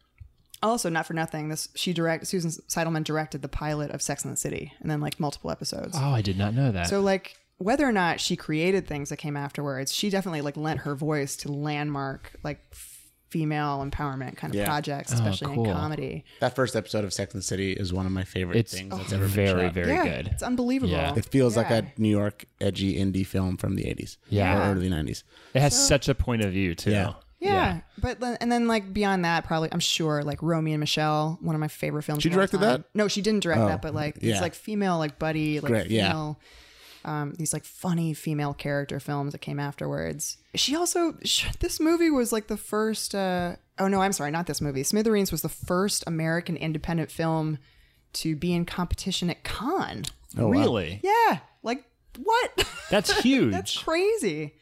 Also, not for nothing, this she direct Susan Seidelman directed the pilot of Sex and the City, and then like multiple episodes.
oh, I did not know that.
So like whether or not she created things that came afterwards, she definitely like lent her voice to landmark like f- female empowerment kind of
Yeah.
projects, especially
cool.
in comedy.
That first episode of Sex and the City is one of my favorite
it's
things that's ever been
very
shot.
very
Oh. yeah,
good.
It's unbelievable.
Yeah.
It feels like
Yeah.
a New York edgy indie film from the 80s
Yeah.
or early 90s.
It has such a point of view too.
Yeah.
Yeah. But then, and then like beyond that, probably I'm sure like Romy and Michelle, one of my favorite films.
She
of all
directed
time.
that? Oh,
No, she didn't direct that, but like
yeah.
it's like female like buddy like
Great, yeah.
female. Um, these like funny female character films that came afterwards. She also sh- this movie was like the first. Uh, oh no, I'm sorry, not this movie. Smithereens was the first American independent film to be in competition at Cannes.
Oh, wow.
really?
Yeah, like what?
That's huge.
That's crazy.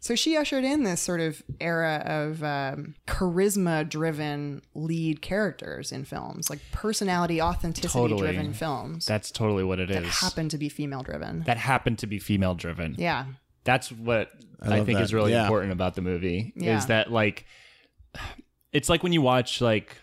So she ushered in this sort of era of um, charisma driven lead characters in films, like personality, authenticity driven
Totally.
films
That's totally what it is.
that happen to be female driven.
That happened to be female driven.
Yeah.
That's what I,
love
think is
that.
really
Yeah.
important about the movie
Yeah.
is that like it's like when you watch like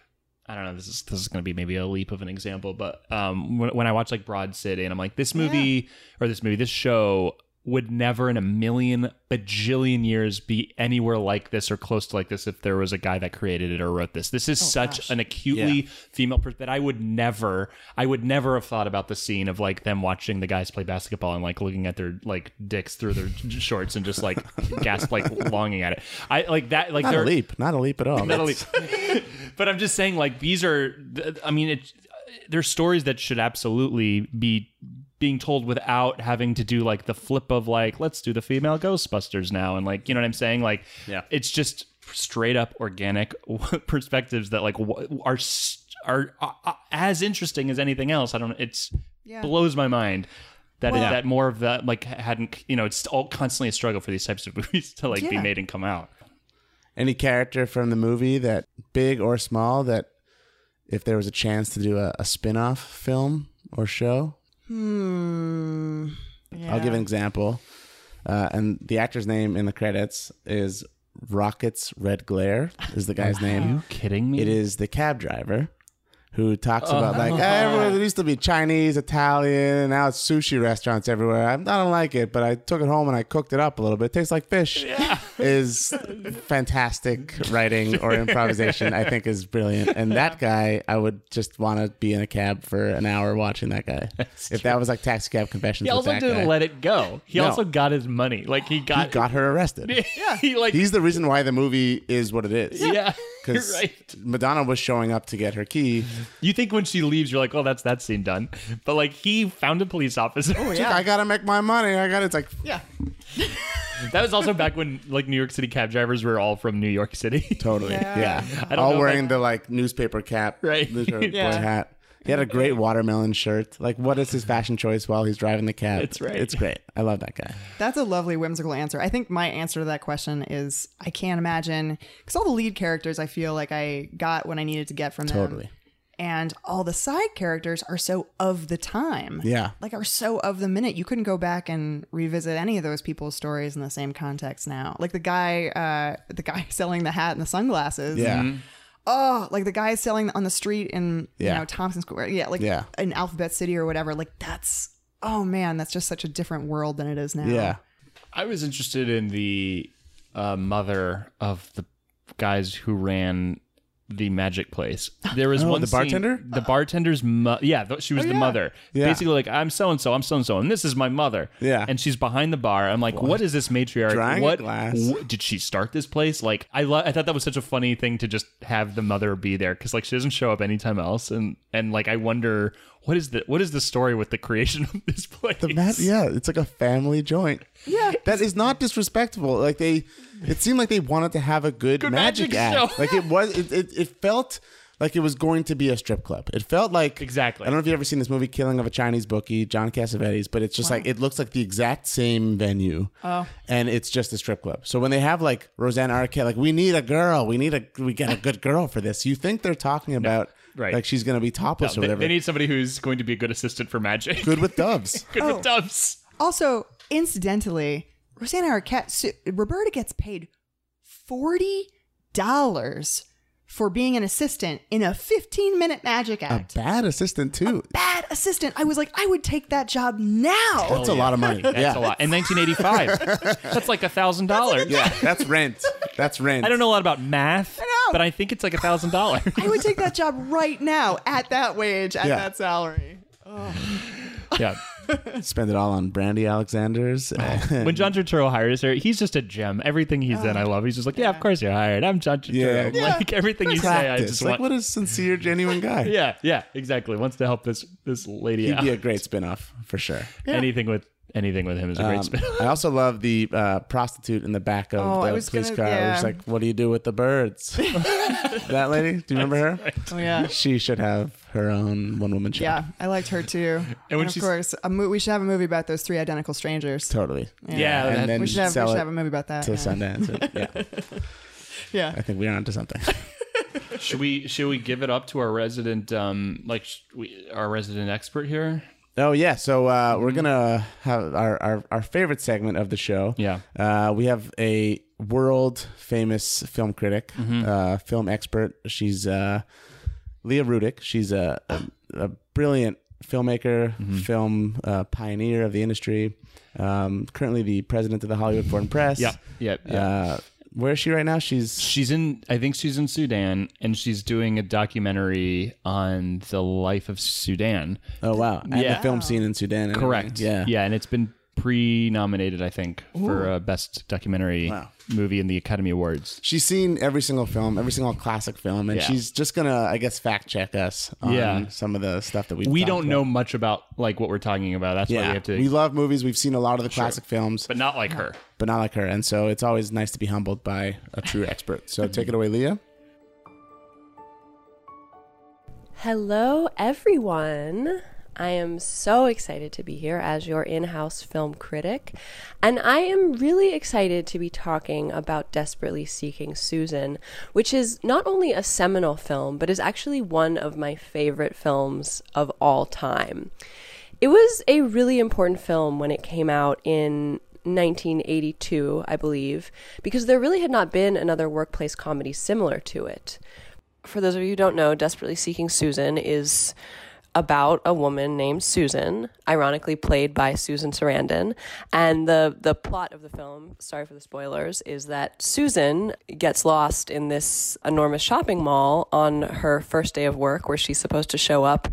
I don't know this is this is going to be maybe a leap of an example but um when, when I watch like Broad City and I'm like this movie or this movie this show would never in a million bajillion years be anywhere like this or close to like this if there was a guy that created it or wrote this. This is such an acutely female person that I would never, I would never have thought about the scene of like them watching the guys play basketball and like looking at their like dicks through their shorts and just like gasp like longing at it. I like that like
Not a
they're
leap. Not a leap at all.
not a
That's-
leap. but I'm just saying, like these are. th- I mean, it, there's stories that should absolutely be being told without having to do like the flip of like let's do the female Ghostbusters now and like you know what I'm saying. Like,
Yeah.
it's just straight up organic perspectives that like w- are s- are uh, as interesting as anything else. I don't. It's
Yeah.
blows my mind. That,
Well-
that more of that like hadn't you know it's all constantly a struggle for these types of movies to like be
Yeah.
made and come out
Any character from the movie that, big or small, that if there was a chance to do a, a spin off film or show,
Hmm.
I'll give an example. Uh, and the actor's name in the credits is Rockets Red Glare, is the guy's name.
Are you kidding me
It is the cab driver who talks
Oh.
about like "Ah, everyone it used to be Chinese, Italian, and now it's sushi restaurants everywhere. I, I don't like it, but I took it home and I cooked it up a little bit. It tastes like fish. Is fantastic writing or improvisation. I think is brilliant. And that guy, I would just want to be in a cab for an hour watching that guy. if that was like taxi cab confessions,
He
with
also
that
didn't
guy,
let it go. He
No.
also got his money. Like he
he
got,
got her arrested.
he like
He's the reason why the movie is what it is.
yeah. You're
Because
right.
Madonna was showing up to get her key.
You think when she leaves, you're like, oh, that's that scene done. But like he found a police officer.
She's like, I gotta make my money. I gotta. It's like
Yeah.
that was also back when like New York City cab drivers were all from New York City.
totally. Yeah.
I don't know
All
if
wearing the like newspaper cap,
Right.
Newspaper
Yeah.
boy hat. He had a great watermelon shirt. Like, what is his fashion choice while he's driving the cab?
That's right.
It's great. I love that guy.
That's a lovely whimsical answer. I think my answer to that question is I can't imagine because all the lead characters I feel like I got what I needed to get from them.
Totally.
And all the side characters are so of the time.
Yeah.
Like are so of the minute. You couldn't go back and revisit any of those people's stories in the same context now. Like the guy, uh, the guy selling the hat and the sunglasses.
Yeah.
Oh, like the guy selling on the street in you
Yeah.
know Thompson Square. Yeah. Like
Yeah.
in Alphabet City or whatever. Like that's oh man, that's just such a different world than it is now.
Yeah.
I was interested in the uh, mother of the guys who ran the magic place. There was
Oh,
one
the
scene-
bartender? Oh,
the bartender's mo- yeah, th- she was the
yeah.
mother.
Yeah.
Basically like I'm so and so, I'm so and so and this is my mother.
Yeah.
And she's behind the bar. I'm like, what is this matriarch?
Drying a
what
glass.
wh- did she start this place? Like I lo- I thought that was such a funny thing to just have the mother be there cuz like she doesn't show up anytime else and and like I wonder what is the what is the story with the creation of this place?
The mat, yeah, it's like a family joint. Yeah, that is not disrespectful. Like they, it seemed like they wanted to have a good, magic,
magic
act.
show.
Like it was, it, it, it felt like it was going to be a strip club. It felt like
Exactly.
I don't know if you have ever seen this movie, Killing of a Chinese Bookie, John Cassavetes, but it's just like it looks like the exact same venue. Oh, and it's just a strip club. So when they have like Roseanne Arquette, like we need a girl, we need a, we get a good girl for this. You think they're talking about
right.
like she's gonna be topless or
Uh, They,
whatever?
they need somebody who's going to be a good assistant for magic.
good with doves.
Good
Oh.
with doves.
Also, incidentally, Rosanna Arquette, Su- Roberta gets paid forty dollars for being an assistant in a fifteen-minute magic
a
act.
bad assistant too.
Bad assistant. I was like, I would take that job now.
That's a lot of money.
Oh, That's
yeah.
a lot. In 1985, that's like a thousand dollars.
Yeah, that's rent. That's rent.
I don't know a lot about math,
know.
but I think it's like a thousand dollars.
I would take that job right now at that wage, at
Yeah.
that salary.
Yeah,
Spend it all on Brandy
Oh,
Alexander's.
When John Turturro hires her, he's just a gem. Everything he's in, I love. He's just like, Oh. yeah, of course you're hired. I'm John Turturro.
Yeah.
Like everything you say, I
Practice.
just
like what
want.
a sincere, genuine guy.
Yeah, yeah, exactly. Wants to help this this lady
He'd
out.
be a great spin-off for sure.
Anything with anything with him is a great
Um,
spin.
I also love the uh, prostitute in the back of
Oh, I
the
was
police
gonna-
car.
yeah.
She's like, "What do you do with the birds?" that lady. Do you remember her?
Oh yeah.
She should have her own one-woman show.
Yeah, I liked her too. and
when
of
she's-
course, a mo- we should have a movie about those three identical strangers.
totally.
Yeah,
And
that-
then
we should have, we
sell
should
it
have a movie about that.
to
yeah.
Sundance. yeah,
Yeah.
I think we're onto something.
Should we should we give it up to our resident um like sh- we, our resident expert here?
Oh yeah, so uh,
Mm-hmm.
we're gonna have our, our our favorite segment of the show.
Yeah.
uh, we have a world famous film critic,
Mm-hmm.
uh, film expert. She's uh, Leah Rudick. She's a a, a brilliant filmmaker,
Mm-hmm.
film uh, pioneer of the industry. Um, currently the president of the Hollywood Foreign Press.
Yep. yep.
Uh, where is she right now? She's
she's in I think she's in Sudan and she's doing a documentary on the life of Sudan.
oh wow, and
Yeah.
the film scene in Sudan. and
Correct.
everything. Yeah.
Yeah, and it's been pre-nominated I think for uh, best documentary
Wow.
movie in the Academy Awards.
She's seen every single film, every single classic film, and
Yeah.
she's just gonna, I guess, fact check us on
Yeah.
some of the stuff that we
We don't know much about like what we're talking about. That's why
Yeah,
we
we,
have to
love movies. We've seen a lot of the classic films, but,
but not like her.
not like her, and so it's always nice to be humbled by a true expert. So take it away, Leah.
Hello, everyone. I am so excited to be here as your in house film critic, and I am really excited to be talking about Desperately Seeking Susan, which is not only a seminal film, but is actually one of my favorite films of all time. It was a really important film when it came out in 1982, I believe, because there really had not been another workplace comedy similar to it for those of you who don't know, Desperately Seeking Susan is about a woman named Susan, ironically played by Susan Sarandon. And the, the plot of the film, sorry for the spoilers, is that Susan gets lost in this enormous shopping mall on her first day of work where she's supposed to show up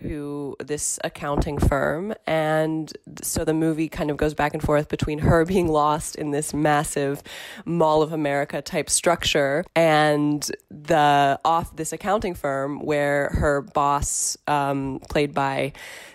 to this accounting firm. And th- so the movie kind of goes back and forth between her being lost in this massive Mall of America type structure and the off this accounting firm where her boss, um, played by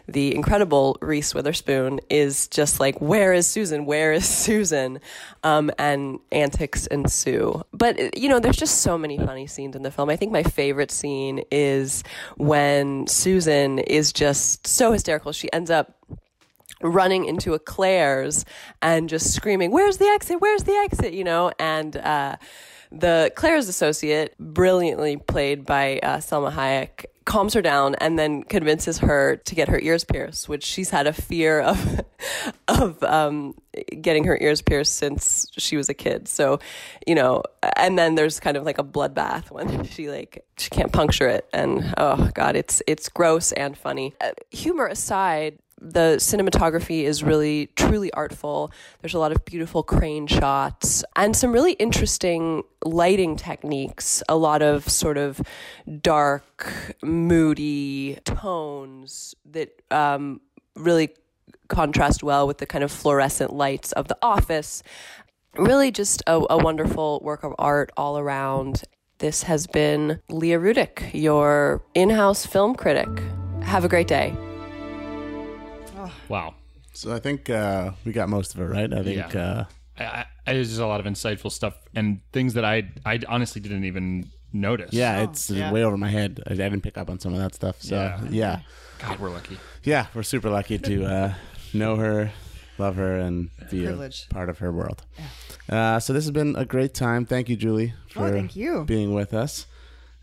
the incredible Reese Witherspoon, is just like, Where is Susan? Where is Susan? Um, and antics ensue. But, uh, you know, there's just so many funny scenes in the film. I think my favorite scene is when Susan is just so hysterical. She ends up running into a Claire's and just screaming, Where's the exit? Where's the exit? You know, and uh, the Claire's associate, brilliantly played by uh, Selma Hayek, calms her down and then convinces her to get her ears pierced, which she's had a fear of of um, getting her ears pierced since she was a kid. So, you know, and then there's kind of like a bloodbath when she like she can't puncture it, and oh god, it's it's gross and funny. Uh, humor aside, the cinematography is really truly artful. There's a lot of beautiful crane shots and some really interesting lighting techniques, a lot of sort of dark, moody tones that um, really contrast well with the kind of fluorescent lights of the office. Really, just a, a wonderful work of art all around. This has been Leah Rudick, your in house film critic. Have a great day.
Wow.
So I think uh, we got most of it right. I think
Yeah.
uh,
I, I, there's just a lot of insightful stuff and things that I I honestly didn't even notice.
yeah, it's way over my head. I, I didn't pick up on some of that stuff. So
Yeah.
yeah, yeah,
God, we're lucky.
we're super lucky to uh, know her, love her, and be a
Privilege.
part of her world. Uh, so this has been a great time. Thank you, Julie, for
Oh, thank you.
being with us.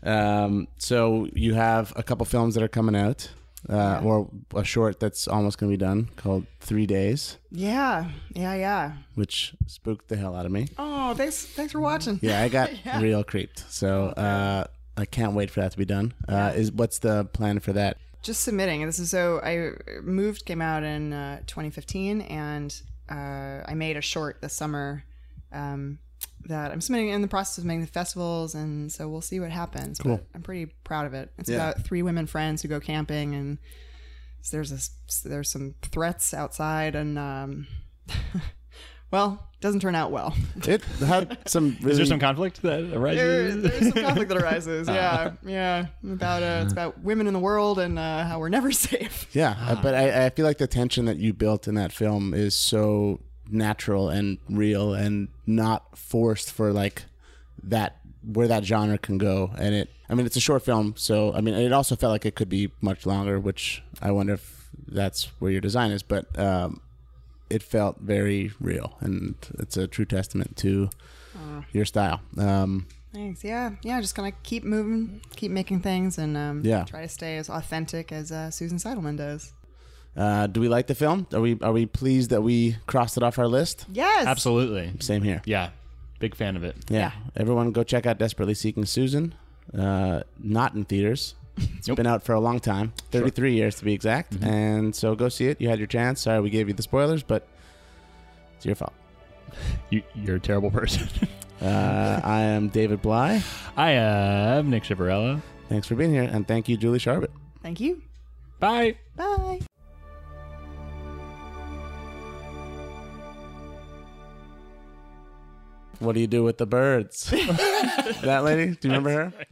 Um, so you have a couple films that are coming out, uh, or a short that's almost going to be done called Three Days,
Yeah. Yeah. Yeah.
which spooked the hell out of me.
Oh, thanks. Thanks for watching.
Yeah, I got real creeped. So
Oh,
uh, I can't wait for that to be done. Uh, Is what's the plan for that?
just submitting. This is so I moved came out in uh, 2015, and uh, I made a short this summer um, that I'm submitting in the process of making the festivals, and so we'll see what happens. Cool. But I'm pretty proud of it. It's about three women friends who go camping and So there's a s- there's some threats outside, and um, well, doesn't turn out well.
It had some really
Is there some conflict that
There,
arises?
there's some conflict that arises. Yeah, yeah. About uh, it's about women in the world and uh, how we're never safe.
Yeah, uh, but I, I feel like the tension that you built in that film is so natural and real and not forced for like that where that genre can go. And it, I mean, it's a short film, so I mean, it also felt like it could be much longer, which I wonder if that's where your design is. But um, it felt very real, and it's a true testament to your style. Um,
Thanks. Yeah, yeah. Just gonna keep moving, keep making things, and um,
Yeah.
try to stay as authentic as uh, Susan Seidelman does.
uh, do we like the film? Are we are we pleased that we crossed it off our list?
Yes,
Absolutely.
Same here.
Yeah. Big fan of it.
Yeah.
Yeah.
Everyone go check out Desperately Seeking Susan. Uh, not in theaters. It's
Nope.
been out for a long time 33 years to be exact. And so go see it. You had your chance. Sorry we gave you the spoilers, but it's your fault.
You, you're a terrible person.
Uh, I am David Bly.
I am uh, Nick Chivarella.
Thanks for being here. And thank you, Julie Sharbit.
Thank you.
Bye.
Bye.
What do you do with the birds? that lady? Do you remember her?